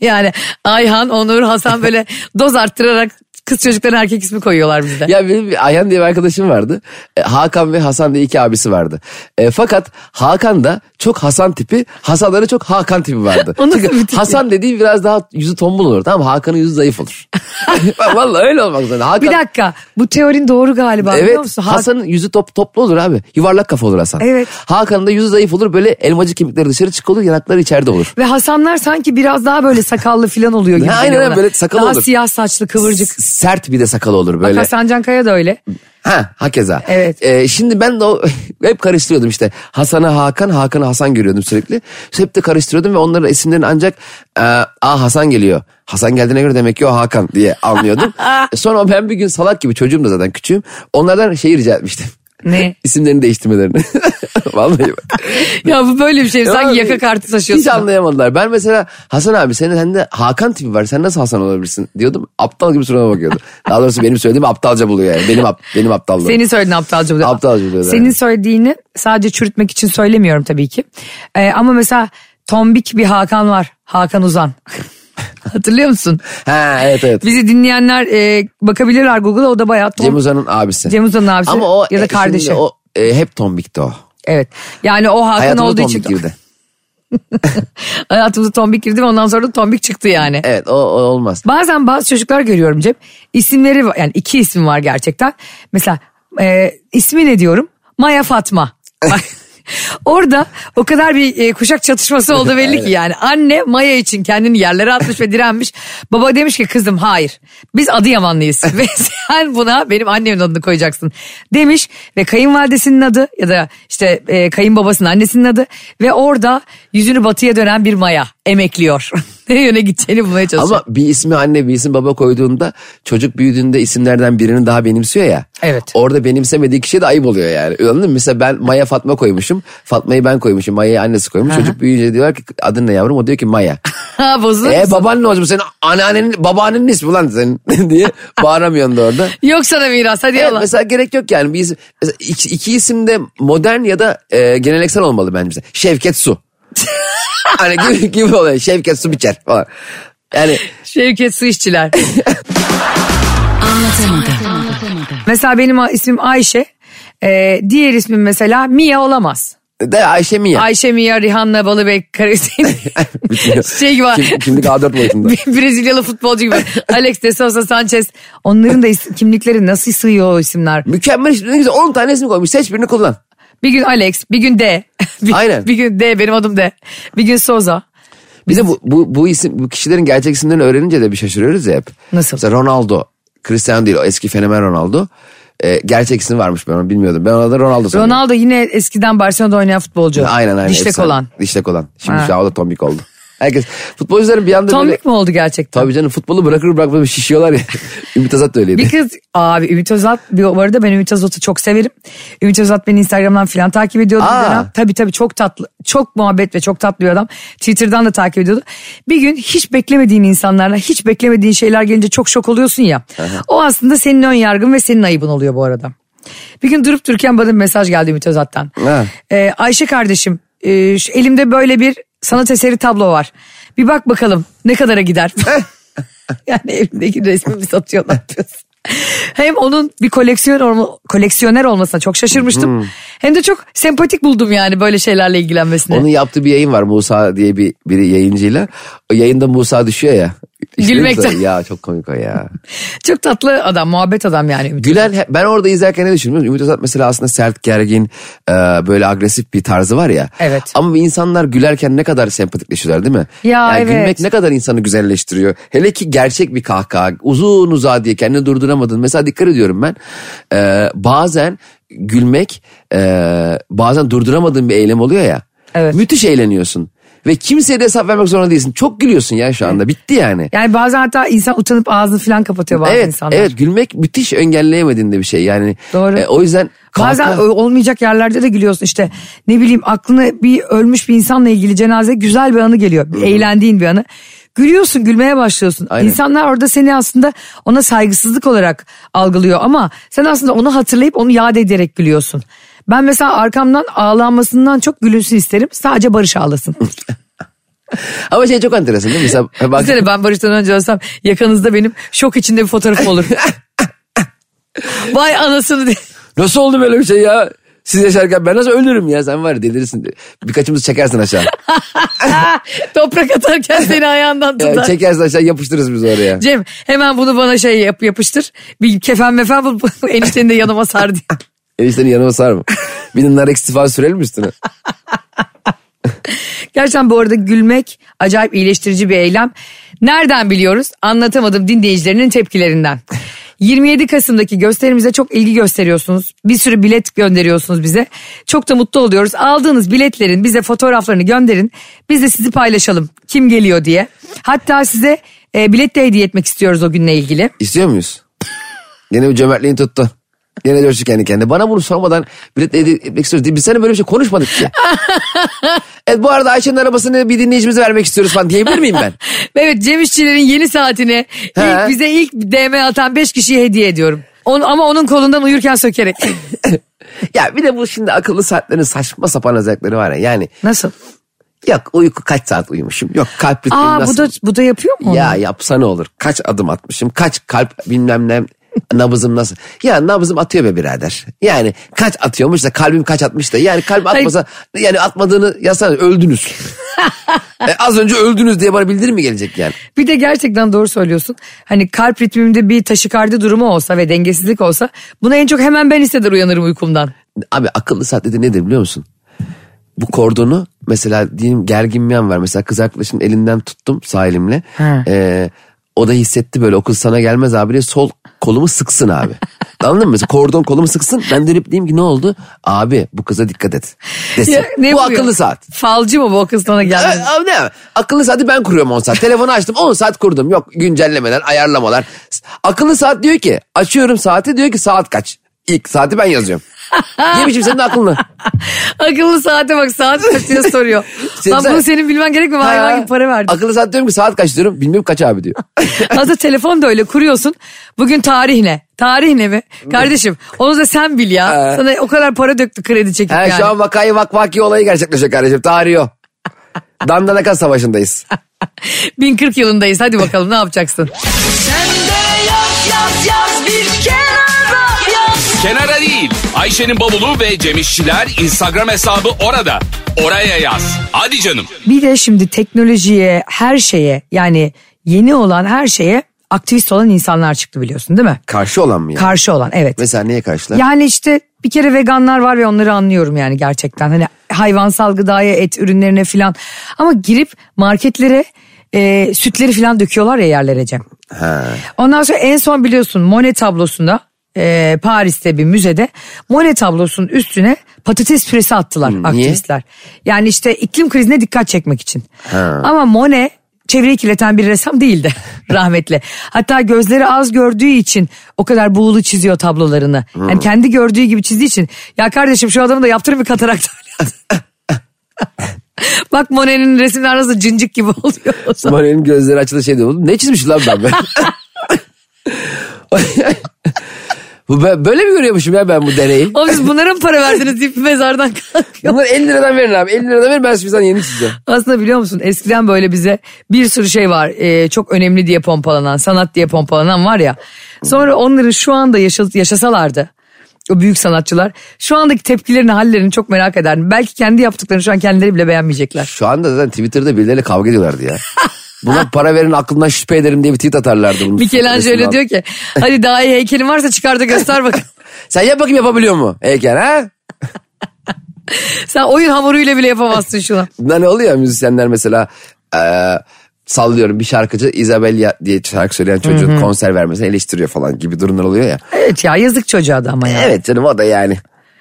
yani Ayhan, Onur, Hasan böyle doz arttırarak kız çocuklarına erkek ismi koyuyorlar bizde.
ya benim bir Ayhan diye bir arkadaşım vardı. E, Hakan ve Hasan diye iki abisi vardı. E, fakat Hakan da çok Hasan tipi, Hasan'da da çok Hakan tipi vardı.
O nasıl bir
Çünkü
tip
Hasan dediği biraz daha yüzü tombul olur tamam mı? Hakan'ın yüzü zayıf olur. Vallahi öyle olmak zorunda. Hakan,
bir dakika bu teorin doğru galiba biliyor
Evet
musun? Ha-
Hasan'ın yüzü top, toplu olur abi. Yuvarlak kafa olur Hasan.
Evet.
Hakan'ın da yüzü zayıf olur böyle elmacık kemikleri dışarı çık olur yanakları içeride olur.
Ve Hasanlar sanki biraz daha böyle sakallı filan oluyor gibi.
Ha, aynen
geliyor
öyle,
bana.
böyle sakalı
Daha
olur.
siyah saçlı kıvırcık.
S- Sert bir de sakalı olur
Bak
böyle.
Hasan Cankaya da öyle.
Ha hakeza.
Evet.
Ee, şimdi ben de o, hep karıştırıyordum işte. Hasan'a Hakan, Hakan'a Hasan görüyordum sürekli. Hep de karıştırıyordum ve onların isimlerini ancak e, a Hasan geliyor. Hasan geldiğine göre demek ki o Hakan diye anlıyordum. Sonra ben bir gün salak gibi çocuğum da zaten küçüğüm. Onlardan şeyi rica etmiştim.
Ne?
İsimlerini değiştirmelerini. Vallahi bak.
Ya bu böyle bir şey.
Abi,
Sanki yaka kartı taşıyorsun.
Hiç anlayamadılar. Ben mesela Hasan abi senin sende Hakan tipi var. Sen nasıl Hasan olabilirsin diyordum. Aptal gibi surama bakıyordu. Daha doğrusu benim söylediğimi aptalca buluyor yani. Benim, ap- benim aptallığım.
Senin söylediğin aptalca buluyorum.
Aptalca buluyorum,
Senin
evet.
söylediğini sadece çürütmek için söylemiyorum tabii ki. Ee, ama mesela tombik bir Hakan var. Hakan Uzan. Hatırlıyor musun?
Ha evet evet.
Bizi dinleyenler e, bakabilirler Google'a o da bayağı tom...
Cem Uzan'ın abisi.
Cem Uzan'ın abisi
Ama o,
ya da
e,
kardeşi.
şimdi O, e, hep tombikti o.
Evet. Yani o Hakan
Hayatımda
olduğu
tombik
için
girdi.
hayatımıza tombik girdi ve ondan sonra da tombik çıktı yani.
Evet o, o olmaz.
Bazen bazı çocuklar görüyorum Cem. İsimleri var yani iki isim var gerçekten. Mesela e, ismi ne diyorum? Maya Fatma. Bak, Orada o kadar bir e, kuşak çatışması oldu belli ki yani. Anne Maya için kendini yerlere atmış ve direnmiş. Baba demiş ki kızım hayır biz Adıyamanlıyız ve sen buna benim annemin adını koyacaksın demiş. Ve kayınvalidesinin adı ya da işte e, kayınbabasının annesinin adı ve orada yüzünü batıya dönen bir Maya emekliyor. ne yöne gideceğini bulmaya çalışıyor.
Ama bir ismi anne bir isim baba koyduğunda çocuk büyüdüğünde isimlerden birini daha benimsiyor ya.
Evet.
Orada benimsemediği kişiye de ayıp oluyor yani. Anladın mı? Mesela ben Maya Fatma koymuşum. Fatma'yı ben koymuşum. Maya'yı annesi koymuş. Çocuk büyüyünce diyorlar ki adın ne yavrum? O diyor ki Maya.
Ha bozulur
e
musun?
baban ne olacak? Bu Senin anneannenin babaannenin ismi lan senin diye bağıramıyorsun da orada.
Yok sana miras hadi
Evet,
yalan.
mesela gerek yok yani. Bir isim, mesela iki, iki isim de modern ya da e, geleneksel olmalı bence. Mesela Şevket Su. hani gibi, gibi oluyor. Şevket Su biçer falan. Yani
Şevket Su İşçiler. mesela benim ismim Ayşe. Ee, diğer ismim mesela Mia olamaz.
de Ayşe Mia.
Ayşe Mia Rihanna Balıbek Karasin.
Bitmiyor.
şey gibi.
Kim, kimlik A4 boyutunda.
Bir Brezilyalı futbolcu gibi. Alex de Sousa Sanchez. Onların da is- kimlikleri nasıl sığıyor o isimler.
Mükemmel işte. Ne güzel 10 tane isim koymuş. Seç birini kullan.
Bir gün Alex, bir gün D. bir,
Aynen.
Bir gün D, benim adım D. Bir gün Souza.
Bir de bu, bu, bu isim bu kişilerin gerçek isimlerini öğrenince de bir şaşırıyoruz ya hep.
Nasıl?
Mesela Ronaldo. Cristiano değil o eski fenomen Ronaldo. Ee, gerçek isim varmış ben onu bilmiyordum. Ben ona da Ronaldo sanıyorum.
Ronaldo yine eskiden Barcelona'da oynayan futbolcu.
Aynen aynen.
Dişlek
efsane.
olan.
Dişlek olan. Şimdi
Ha.
şu an o da tombik oldu. Herkes futbolcuların bir anda böyle...
Tombik mi oldu gerçekten?
Tabii canım futbolu bırakır bırakmaz şişiyorlar ya. Ümit Azat da öyleydi.
Bir kız abi Ümit Özat bir- bu arada ben Ümit Özat'ı çok severim. Ümit Özat beni Instagram'dan falan takip ediyordu. bir
Aa.
dönem. Tabii tabii çok tatlı çok muhabbet ve çok tatlı bir adam. Twitter'dan da takip ediyordu. Bir gün hiç beklemediğin insanlarla hiç beklemediğin şeyler gelince çok şok oluyorsun ya. O aslında senin ön yargın ve senin ayıbın oluyor bu arada. Bir gün durup dururken bana bir mesaj geldi Ümit Özat'tan.
Ha.
Ee, Ayşe kardeşim e, şu elimde böyle bir sanat eseri tablo var. Bir bak bakalım ne kadara gider. Yani evindeki resmimi satıyor ne yapıyorsun? Hem onun bir koleksiyon olma- koleksiyoner olmasına çok
Hmm.
şaşırmıştım. Hem de çok sempatik buldum yani böyle şeylerle ilgilenmesine.
Onun yaptığı bir yayın var Musa diye bir biri yayıncıyla. O yayında Musa düşüyor ya. İşte
Gülmekten.
dedim sana, Ya çok komik o ya.
Çok tatlı adam, muhabbet adam yani. Ümit.
Gülen he- ben orada izlerken ne düşündüm? Ümit Özat mesela aslında sert, gergin, e, böyle agresif bir tarzı var ya.
Evet.
Ama insanlar gülerken ne kadar sempatikleşiyorlar değil mi?
Ya
Yani
evet.
Gülmek ne kadar insanı güzelleştiriyor. Hele ki gerçek bir kahkaha. Uzun uzağa diye kendini durduramadın. Mesela dikkat ediyorum ben. e, bazen gülmek e, bazen durduramadığın bir eylem oluyor ya.
Evet.
Müthiş eğleniyorsun. Ve kimseye de hesap vermek zorunda değilsin. Çok gülüyorsun ya şu anda. Bitti yani.
Yani bazen hatta insan utanıp ağzını falan kapatıyor bazı
evet,
insanlar.
evet gülmek müthiş engelleyemediğin de bir şey yani.
Doğru.
o yüzden
Bazen
kahkaha-
ö- olmayacak yerlerde de gülüyorsun işte ne bileyim aklına bir ölmüş bir insanla ilgili cenaze güzel bir anı geliyor. Bir Eğlendiğin bir anı. Gülüyorsun gülmeye başlıyorsun.
Aynen.
İnsanlar orada seni aslında ona saygısızlık olarak algılıyor ama sen aslında onu hatırlayıp onu yad ederek gülüyorsun. Ben mesela arkamdan ağlanmasından çok gülünsün isterim. Sadece Barış ağlasın.
Ama şey çok enteresan değil mi? Mesela bak
Düşünsene ben Barış'tan önce ölsem yakanızda benim şok içinde bir fotoğrafım olur. Vay anasını diye.
nasıl oldu böyle bir şey ya? Siz yaşarken ben nasıl ölürüm ya sen var ya delirirsin. Birkaçımız çekersin aşağı.
Toprak atarken seni ayağından
Ya
tutar.
çekersin aşağı yapıştırırız biz oraya.
Cem hemen bunu bana şey yap, yapıştır. Bir kefen mefen bul bu enişteni de yanıma sar diye.
E, Eniştenin yanıma sar mı? Bir de nar istifa sürelim mi üstüne?
Gerçekten bu arada gülmek acayip iyileştirici bir eylem. Nereden biliyoruz? Anlatamadım dinleyicilerinin tepkilerinden. 27 Kasım'daki gösterimize çok ilgi gösteriyorsunuz. Bir sürü bilet gönderiyorsunuz bize. Çok da mutlu oluyoruz. Aldığınız biletlerin bize fotoğraflarını gönderin. Biz de sizi paylaşalım. Kim geliyor diye. Hatta size e, bilet de hediye etmek istiyoruz o günle ilgili.
İstiyor muyuz? Gene bir cömertliğin tuttu. Gene coştu kendi kendine. Bana bunu sormadan biletle hediye etmek istiyoruz diye biz seninle böyle bir şey konuşmadık ki. evet bu arada Ayşe'nin arabasını bir dinleyicimize vermek istiyoruz falan diyebilir miyim ben?
Evet Cem İşçilerin yeni saatini
He.
ilk, bize ilk DM atan 5 kişiye hediye ediyorum. On, ama onun kolundan uyurken sökerek.
Ya bir de bu şimdi akıllı saatlerin saçma sapan özellikleri var ya. Yani
Nasıl?
yok uyku kaç saat uyumuşum. Yok kalp ritmim
Aa bu
nasıl?
da bu da yapıyor mu onu?
Ya yapsa ne olur? Kaç adım atmışım? Kaç kalp bilmem ne nabızım nasıl? Ya nabızım atıyor be birader. Yani kaç atıyormuş da kalbim kaç atmış da. Yani kalp
Hayır.
atmasa yani atmadığını yazsana öldünüz. E, az önce öldünüz diye bana bildirim mi gelecek yani?
Bir de gerçekten doğru söylüyorsun. Hani kalp ritmimde bir taşikardi durumu olsa ve dengesizlik olsa buna en çok hemen ben hisseder uyanırım uykumdan.
Abi akıllı saat dediğin nedir biliyor musun? Bu kordonu mesela diyelim gergin bir an var. Mesela kız arkadaşımın elinden tuttum sağ elimle.
Ha.
Ee, o da hissetti böyle o kız sana gelmez abi diye sol kolumu sıksın abi. Anladın mı? Mesela kordon kolumu sıksın ben dönüp diyeyim ki ne oldu? Abi bu kıza dikkat et. Desin.
Ya, ne
bu
yapıyor?
akıllı saat.
Falcı mı bu o kız sana geldi?
Evet, Abi ne? Akıllı saati ben kuruyorum 10 saat. Telefonu açtım 10 saat kurdum. Yok güncellemeler, ayarlamalar. S- Akıllı saat diyor ki açıyorum saati diyor ki saat kaç? İlk saati ben yazıyorum. Ne biçim senin aklını?
Akıllı saate bak saat kaç diye soruyor.
Sen-
Lan
sen-
bunu senin bilmen gerek mi? Vay
Ha.
vay para verdim.
Akıllı saat diyorum ki saat kaç diyorum. Bilmiyorum kaç abi diyor.
Aslında telefon da öyle kuruyorsun. Bugün tarih ne? Tarih ne mi? Kardeşim onu da sen bil ya.
Ee.
Sana o kadar para döktü kredi çekip
Ha,
yani.
Şu an vakayı vak vaki olayı gerçekleşiyor kardeşim. Tarihi o. Dandanaka savaşındayız.
1040 yılındayız hadi bakalım ne yapacaksın?
Kenara değil. Ayşe'nin bavulu ve Cemişçiler Instagram hesabı orada. Oraya yaz. Hadi canım.
Bir de şimdi teknolojiye, her şeye yani yeni olan her şeye aktivist olan insanlar çıktı biliyorsun değil mi?
Karşı olan mı yani?
Karşı olan evet.
Mesela neye karşılar?
Yani işte bir kere veganlar var ve onları anlıyorum yani gerçekten. Hani hayvansal gıdaya, et ürünlerine filan. Ama girip marketlere e, sütleri filan döküyorlar ya yerlere Cem.
Ha.
Ondan sonra en son biliyorsun Monet tablosunda e, Paris'te bir müzede Monet tablosunun üstüne patates püresi attılar aktivistler. Yani işte iklim krizine dikkat çekmek için. Ama Monet çevreyi kirleten bir ressam değildi rahmetli. Hatta gözleri az gördüğü için o kadar buğulu çiziyor tablolarını. Yani kendi gördüğü gibi çizdiği için ya kardeşim şu adamı da yaptırın bir katarakt Bak Monet'in resimleri arasında cincik gibi oluyor. o zaman.
Maria'nın gözleri açıldı şey diyor. "Oğlum Ne çizmiş lan ben? ben? bu ben- böyle mi görüyormuşum ya ben bu dereyi?
Oğlum siz bunlara mı para verdiniz deyip mezardan kalkıyor.
Bunları 50 liradan verin abi. 50 liradan verin ben sizden yeni çizeceğim.
Aslında biliyor musun eskiden böyle bize bir sürü şey var. Ee, çok önemli diye pompalanan, sanat diye pompalanan var ya. Sonra onları şu anda yaşa- yaşasalardı o büyük sanatçılar şu andaki tepkilerini hallerini çok merak ederdim. Belki kendi yaptıklarını şu an kendileri bile beğenmeyecekler.
Şu anda zaten Twitter'da birileriyle kavga ediyorlardı ya. Buna para verin aklımdan şüphe ederim diye bir tweet atarlardı. Bunun
Michelangelo
resimini
diyor ki hadi daha iyi heykelin varsa çıkar da göster bakalım.
al. Sen yap bakayım yapabiliyor mu heykel ha?
Sen oyun hamuruyla bile yapamazsın şunu.
Bunlar ne oluyor ya, müzisyenler mesela eee, sallıyorum bir şarkıcı Isabella diye şarkı söyleyen çocuğun konser vermesini eleştiriyor falan gibi durumlar oluyor ya.
Evet ya yazık çocuğa da ama ya.
Evet canım o da yani.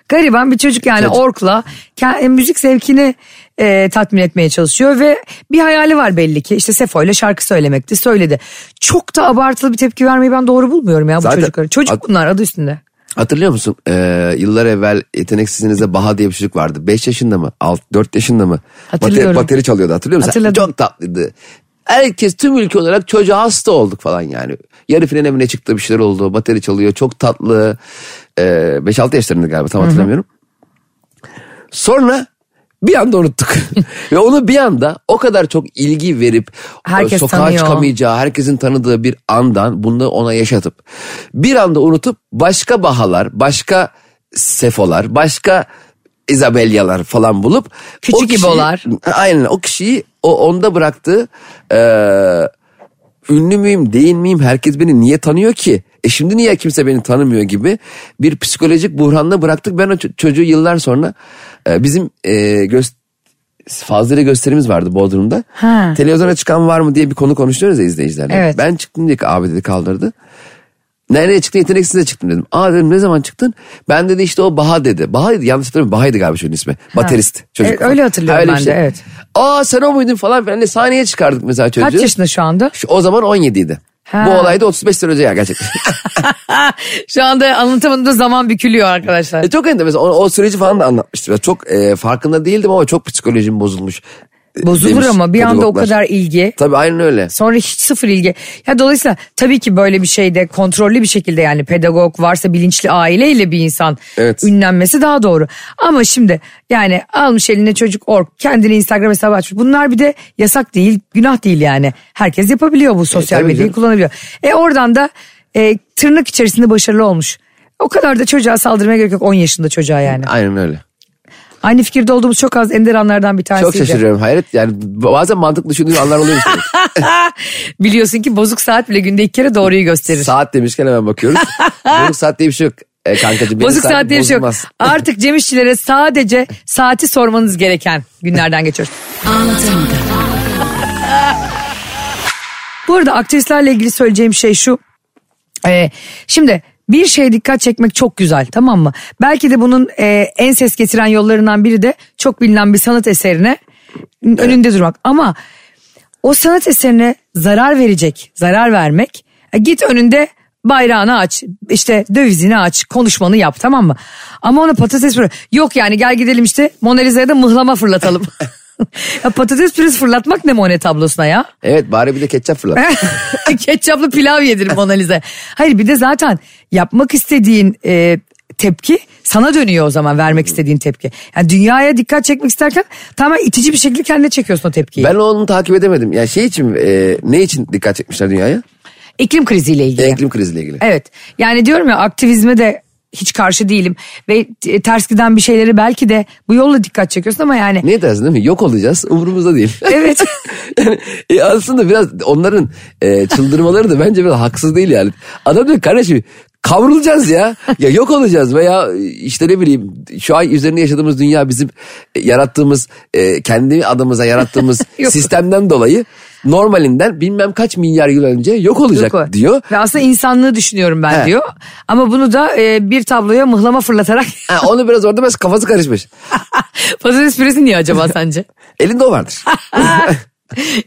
Gariban bir çocuk yani
Çocuk.
orkla ke- müzik zevkini e, tatmin etmeye çalışıyor ve bir hayali var belli ki işte Sefo ile şarkı söylemekti söyledi. Çok da abartılı bir tepki vermeyi ben doğru bulmuyorum ya bu
Zaten-
çocukları. Çocuk
At-
bunlar adı üstünde.
Hatırlıyor musun? Ee, yıllar evvel yeteneksizinizde Baha diye bir çocuk vardı. 5 yaşında mı? 6, 4 yaşında mı?
Hatırlıyorum.
Bate- bateri çalıyordu hatırlıyor musun?
Hatırladım.
Çok tatlıydı. Herkes tüm ülke olarak çocuğa hasta olduk falan yani. Yarı finale mi ne çıktı bir şeyler oldu. Bateri çalıyor çok tatlı. Ee, 5-6 yaşlarında galiba tam hatırlamıyorum. Sonra bir anda unuttuk. Ve onu bir anda o kadar çok ilgi verip e,
Herkes
sokağa
tanıyor.
çıkamayacağı, herkesin tanıdığı bir andan bunu ona yaşatıp bir anda unutup başka bahalar, başka sefolar, başka Isabelyalar falan bulup
Küçük
kişiyi-
İbolar.
Aynen o kişiyi o onda bıraktığı eee ünlü müyüm değil miyim herkes beni niye tanıyor ki? E şimdi niye kimse beni tanımıyor gibi bir psikolojik buhranla bıraktık. Ben o ço- çocuğu yıllar sonra e, bizim e, göz fazlıyla gösterimiz vardı Bodrum'da.
Ha.
Televizyona çıkan var mı diye bir konu konuşuyoruz ya izleyicilerle.
Evet.
Ben çıktım diye abi dedi kaldırdı. Nereye çıktın yeteneksiz de çıktım dedim. Aa dedim ne zaman çıktın? Ben dedi işte o Baha dedi. Baha dedi yanlış hatırlamıyorum. Baha'ydı galiba çocuğun ismi. Baterist çocuk.
Evet,
falan.
öyle hatırlıyorum
bir şey.
ben de, evet.
Aa sen o muydun falan filan. de Sahneye çıkardık mesela çocuğu.
Kaç yaşında şu anda?
Şu- O zaman 17 idi.
Ha.
Bu olayda 35 sene önce ya gerçekten.
Şu anda anlatamadığımda zaman bükülüyor arkadaşlar.
e çok enteresan. O, o süreci falan da anlatmıştım. Ya Çok e, farkında değildim ama çok psikolojim bozulmuş. e,
Bozulur
demiş
ama bir anda o
pedagoglar.
kadar ilgi.
Tabii aynen öyle.
Sonra hiç sıfır ilgi. Ya dolayısıyla tabii ki böyle bir şeyde kontrollü bir şekilde yani pedagog varsa bilinçli aileyle bir insan
Evet.
ünlenmesi daha doğru. Ama şimdi yani almış eline çocuk ork kendini Instagram hesabı açmış. Bunlar bir de yasak değil, günah değil yani. Herkes yapabiliyor bu sosyal
E, tabii
medyayı
canım.
kullanabiliyor. E oradan da e, tırnak içerisinde başarılı olmuş. O kadar da çocuğa saldırmaya gerek yok 10 yaşında çocuğa yani.
Aynen öyle.
Aynı fikirde olduğumuz çok az ender anlardan bir tanesiydi.
Çok şaşırıyorum hayret. Yani bazen mantık düşündüğüm anlar oluyor. işte.
Biliyorsun ki bozuk saat bile günde iki kere doğruyu gösterir.
saat demişken hemen bakıyoruz. Bozuk saat diye bir şey yok. E, kankacığım benim
Bozuk saat diye bir şey yok.
bozulmaz.
Artık Cem İşçilere sadece saati sormanız gereken günlerden geçiyoruz. Bu arada aktivistlerle ilgili söyleyeceğim şey şu. Ee, şimdi bir şeye dikkat çekmek çok güzel tamam mı? Belki de bunun e, en ses getiren yollarından biri de çok bilinen bir sanat eserine önünde durmak. Ama o sanat eserine zarar verecek, zarar vermek. E, git önünde bayrağını aç, işte dövizini aç, konuşmanı yap tamam mı? Ama ona patates püresi. Yok yani gel gidelim işte Mona Lisa'ya da mıhlama fırlatalım. ya patates püresi fırlatmak ne Monet tablosuna ya?
Evet bari bir de ketçap fırlat.
Ketçaplı pilav yedirim Mona Lisa. Hayır bir de zaten yapmak istediğin e, tepki sana dönüyor o zaman vermek istediğin tepki. Yani dünyaya dikkat çekmek isterken tamamen itici bir şekilde kendine çekiyorsun o tepkiyi.
ben onu takip edemedim. Yani şey için e, ne için dikkat çekmişler dünyaya?
İklim kriziyle ilgili.
Iklim kriziyle ilgili.
Evet yani diyorum ya aktivizme de hiç karşı değilim ve e, ters giden bir şeyleri belki de bu yolla dikkat çekiyorsun ama yani
Ne dersin değil mi? Yok olacağız umurumuzda değil.
evet
Yani, e, aslında biraz onların e, çıldırmaları da bence biraz haksız değil yani. Adam diyor kardeşim kavrulacağız ya. Ya yok olacağız veya işte ne bileyim şu an üzerinde yaşadığımız dünya bizim e, yarattığımız e, kendi adımıza yarattığımız
Yok.
sistemden dolayı normalinden bilmem kaç milyar yıl önce yok olacak
Yok o.
diyor.
Ve aslında insanlığı düşünüyorum ben
He.
diyor. Ama bunu da e, bir tabloya mıhlama fırlatarak
Ha, onu biraz orada mesela kafası karışmış.
patates püresi niye acaba sence?
Elinde o vardır.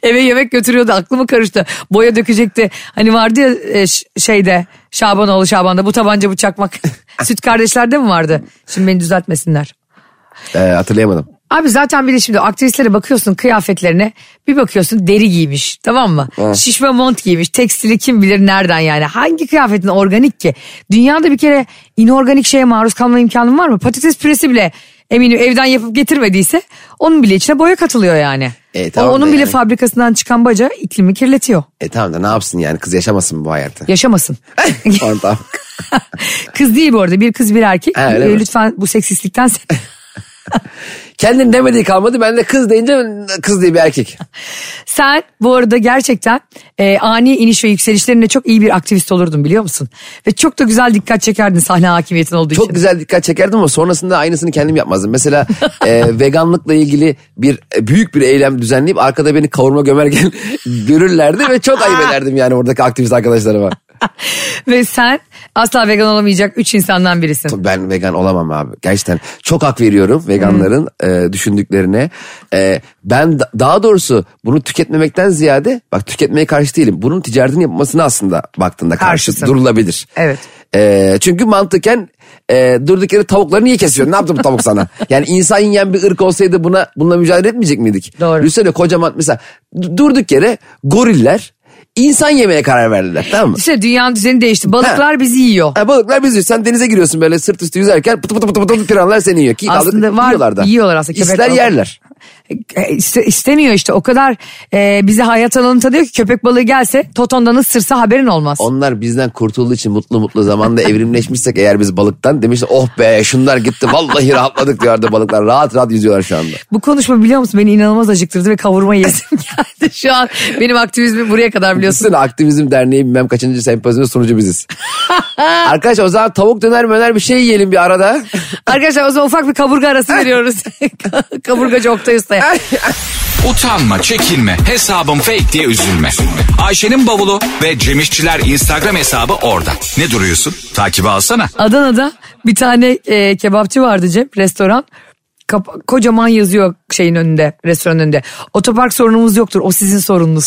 Eve yemek götürüyordu aklımı karıştı. Boya dökecekti. Hani vardı ya e, ş- şeyde Şabanoğlu Şaban'da bu tabanca bu çakmak. Süt kardeşlerde mi vardı? Şimdi beni düzeltmesinler.
E, hatırlayamadım.
Abi zaten bir de şimdi aktrislere bakıyorsun kıyafetlerine bir bakıyorsun deri giymiş tamam mı? Şişme mont giymiş tekstili kim bilir nereden yani hangi kıyafetin organik ki? Dünyada bir kere inorganik şeye maruz kalma imkanın var mı? Patates püresi bile eminim evden yapıp getirmediyse onun bile içine boya katılıyor yani.
E,
O-
tamam da
onun bile
yani.
fabrikasından çıkan baca iklimi kirletiyor.
E tamam da ne yapsın yani kız yaşamasın mı bu hayatı?
Yaşamasın.
Tamam, tamam.
kız değil bu arada bir kız bir erkek.
Ha, öyle
E,
mi?
Lütfen bu seksistlikten sen-
Kendin demediği kalmadı ben de kız deyince kız diye bir erkek.
Sen bu arada gerçekten e, ani iniş ve yükselişlerinde çok iyi bir aktivist olurdun biliyor musun? Ve çok da güzel dikkat çekerdin sahne hakimiyetin olduğu
Çok
için.
güzel dikkat çekerdim ama sonrasında aynısını kendim yapmazdım. Mesela e, veganlıkla ilgili bir e, büyük bir eylem düzenleyip arkada beni kavurma gömerken görürlerdi ve çok ayıp ederdim yani oradaki aktivist arkadaşlarıma.
Ve sen asla vegan olamayacak üç insandan birisin.
Ben vegan olamam abi. Gerçekten çok hak veriyorum veganların e, düşündüklerine. E, ben da- daha doğrusu bunu tüketmemekten ziyade bak tüketmeye karşı değilim. Bunun ticaretini yapmasına aslında baktığında karşı
Karşısın.
durulabilir.
Evet.
E, çünkü mantıken e, durduk yere tavukları niye kesiyorsun? Ne yaptı bu tavuk sana? Yani insan yiyen bir ırk olsaydı buna bununla mücadele etmeyecek miydik?
Doğru.
Düşünsene kocaman mesela d- durduk yere goriller insan yemeye karar verdiler tamam mı?
İşte dünyanın düzeni değişti. Balıklar bizi yiyor.
Ha, balıklar bizi yiyor. Sen denize giriyorsun böyle sırt üstü yüzerken pıtı pıtı pıtı pıtı piranlar seni yiyor. Ki
Aslında var,
yiyorlar da.
yiyorlar aslında. Köpek
İster
balığı.
yerler.
E, iste- istemiyor işte o kadar e, bize hayat alanı tanıyor ki köpek balığı gelse totondan ısırsa haberin olmaz.
Onlar bizden kurtulduğu için mutlu mutlu zamanda evrimleşmişsek eğer biz balıktan demişler oh be şunlar gitti vallahi rahatladık diyordu balıklar. Rahat rahat yüzüyorlar şu anda.
Bu konuşma biliyor musun beni inanılmaz acıktırdı ve kavurma yesim geldi. Şu an benim aktivizmim buraya kadar biliyorsun.
Düşünsene aktivizm derneği bilmem kaçıncı sempozyumda sunucu biziz. Arkadaşlar o zaman tavuk döner möner bir şey yiyelim bir arada.
Arkadaşlar o zaman ufak bir kaburga arası veriyoruz. Kaburgacı Oktay Usta'ya.
Utanma, çekinme, hesabım fake diye üzülme. Ayşe'nin bavulu ve Cemişçiler Instagram hesabı orada. Ne duruyorsun? Takibi alsana.
Adana'da bir tane e, kebapçı vardı Cem restoran. Kap- kocaman yazıyor şeyin önünde restoranın önünde. Otopark sorunumuz yoktur o sizin sorununuz.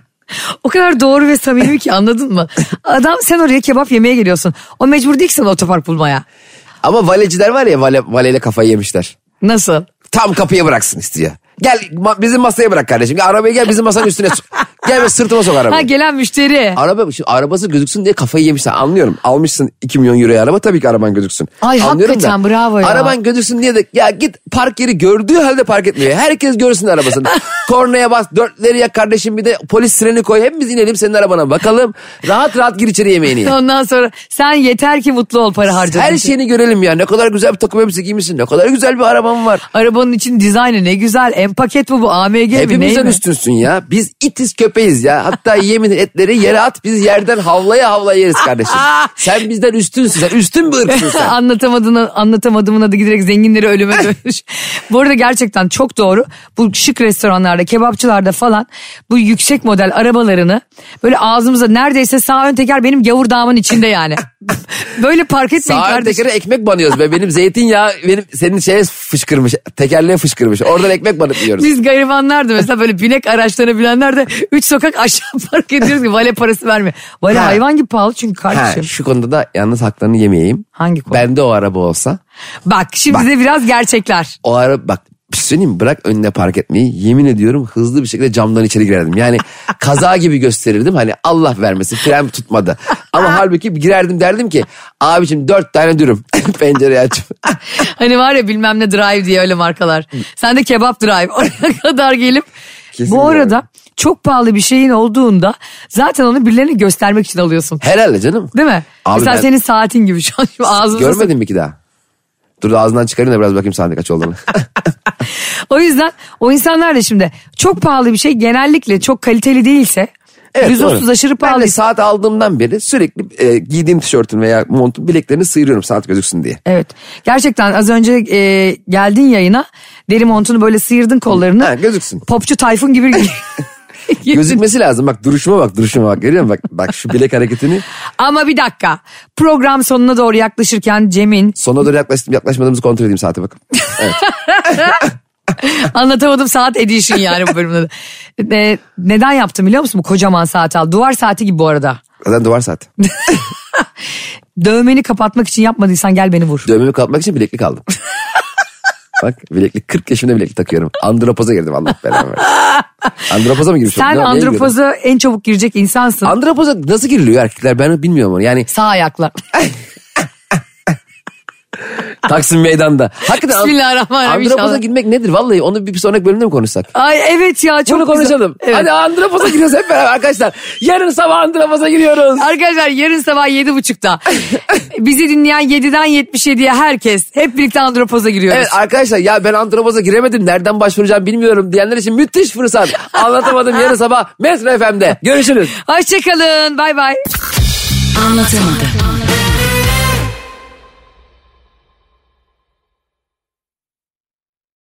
o kadar doğru ve samimi ki anladın mı? Adam sen oraya kebap yemeye geliyorsun. O mecbur değil ki sana otopark bulmaya.
Ama valeciler var ya vale, valeyle kafayı yemişler.
Nasıl?
tam kapıya bıraksın istiyor. Gel ma- bizim masaya bırak kardeşim. Gel arabayı gel bizim masanın üstüne. sok. gel ve sırtıma sok
Ha
arabayı.
gelen müşteri.
Araba, şimdi arabası gözüksün diye kafayı yemişsin anlıyorum. Almışsın 2 milyon euroya araba tabii ki araban gözüksün.
Ay,
anlıyorum
hakikaten bravo ya.
Araban gözüksün diye de ya git park yeri gördüğü halde park etmiyor. Herkes görsün arabasını. Kornaya bas dörtleri yak kardeşim bir de polis sireni koy. Hepimiz inelim senin arabana bakalım. Rahat rahat gir içeri yemeğini ye.
Ondan sonra sen yeter ki mutlu ol para harcadın.
Her şeyini görelim ya. Ne kadar güzel bir takım elbise giymişsin. Ne kadar güzel bir araban var.
Arabanın için dizaynı ne güzel. En paket bu bu AMG mi?
Hepimizden
ney mi?
üstünsün ya. Biz itiz köpeğiz yemeyiz ya. Hatta yemin etleri yere at biz yerden havlaya havlaya yeriz kardeşim. Sen bizden üstünsün sen üstün bir ırksın sen.
Anlatamadığına, anlatamadığımın adı giderek zenginleri ölüme dönmüş. bu arada gerçekten çok doğru. Bu şık restoranlarda, kebapçılarda falan bu yüksek model arabalarını böyle ağzımıza neredeyse sağ ön teker benim gavur damın içinde yani. böyle park etmeyin
Sağ ön
kardeşim.
tekere ekmek banıyoruz be. Benim zeytinyağı benim senin şeye fışkırmış. Tekerleğe fışkırmış. Oradan ekmek banıp yiyoruz.
Biz garibanlar da mesela böyle binek araçlarına bilenler de 3 sokak aşağı park ediyoruz ki vale parası vermiyor. Vale
Ha.
hayvan gibi pahalı çünkü
Ha,
kardeşim.
şu konuda da yalnız haklarını yemeyeyim.
Hangi konu?
Bende o araba olsa.
Bak şimdi
Bak.
de biraz gerçekler.
O ara bak bir şey söyleyeyim mi? bırak önüne park etmeyi yemin ediyorum hızlı bir şekilde camdan içeri girerdim. Yani kaza gibi gösterirdim hani Allah vermesin fren tutmadı. Ama halbuki girerdim derdim ki abicim dört tane dürüm pencereyi açıp.
Hani var ya bilmem ne drive diye öyle markalar. Sen de kebap drive oraya kadar gelip.
Kesinlikle
Bu arada
öyle.
çok pahalı bir şeyin olduğunda zaten onu birilerine göstermek için alıyorsun.
Herhalde canım.
Değil mi?
Abi
Mesela
ben-
senin saatin gibi şu an şu ağzımıza
Görmedin mi ki daha? Dur ağzından çıkarayım da biraz bakayım saatte kaç olduğunu.
O yüzden o insanlar da şimdi çok pahalı bir şey genellikle çok kaliteli değilse
Evet,
lüzumsuz
doğru.
aşırı
Ben de
pahalı. şey.
saat aldığımdan beri sürekli e, giydiğim tişörtüm veya montum bileklerini sıyırıyorum saat gözüksün diye.
Evet. Gerçekten az önce e, geldin yayına deri montunu böyle sıyırdın kollarını.
Ha, gözüksün.
Popçu Tayfun gibi.
Gözükmesi lazım bak duruşuma bak duruşuma bak görüyor musun? Bak, bak şu bilek hareketini
Ama bir dakika. Program sonuna doğru yaklaşırken Cem'in
sona doğru yaklaş, yaklaşmadığımızı kontrol edeyim saate bakın.
Anlatamadım saat edişin yani bu bölümde. de. Ne- neden yaptım biliyor musun? Bu kocaman saat al. Duvar saati gibi bu arada.
Zaten duvar saati.
Dövmeni kapatmak için yapmadıysan gel beni vur.
Dövmemi kapatmak için bileklik aldım. bak bileklik 40 yaşımda bileklik takıyorum. Andropoza girdim Allah belamı versin. Andropoza mı girmiş?
Sen
oldum? Ne- neye girdim?
andropoza en çabuk girecek insansın.
Andropoza nasıl giriliyor erkekler ben bilmiyorum onu. Yani
Sağ ayakla.
Taksim Meydan'da. Hakikaten and-
Bismillahirrahmanirrahim
Andropoza
inşallah.
girmek nedir? Vallahi onu bir, bir sonraki bölümde mi konuşsak?
Ay evet ya çok
Bunu
güzel.
konuşalım.
Evet.
Hadi Andropoza giriyoruz hep beraber arkadaşlar. Yarın sabah Andropoza giriyoruz.
Arkadaşlar yarın sabah yedi buçukta. Bizi dinleyen 7'den 77'ye herkes hep birlikte andropoza giriyoruz.
Evet arkadaşlar ya ben Andropoza giremedim nereden başvuracağım bilmiyorum diyenler için müthiş fırsat. Anlatamadım yarın sabah Metro FM'de. Görüşürüz.
Hoşçakalın bay bay.
Anlatamadım.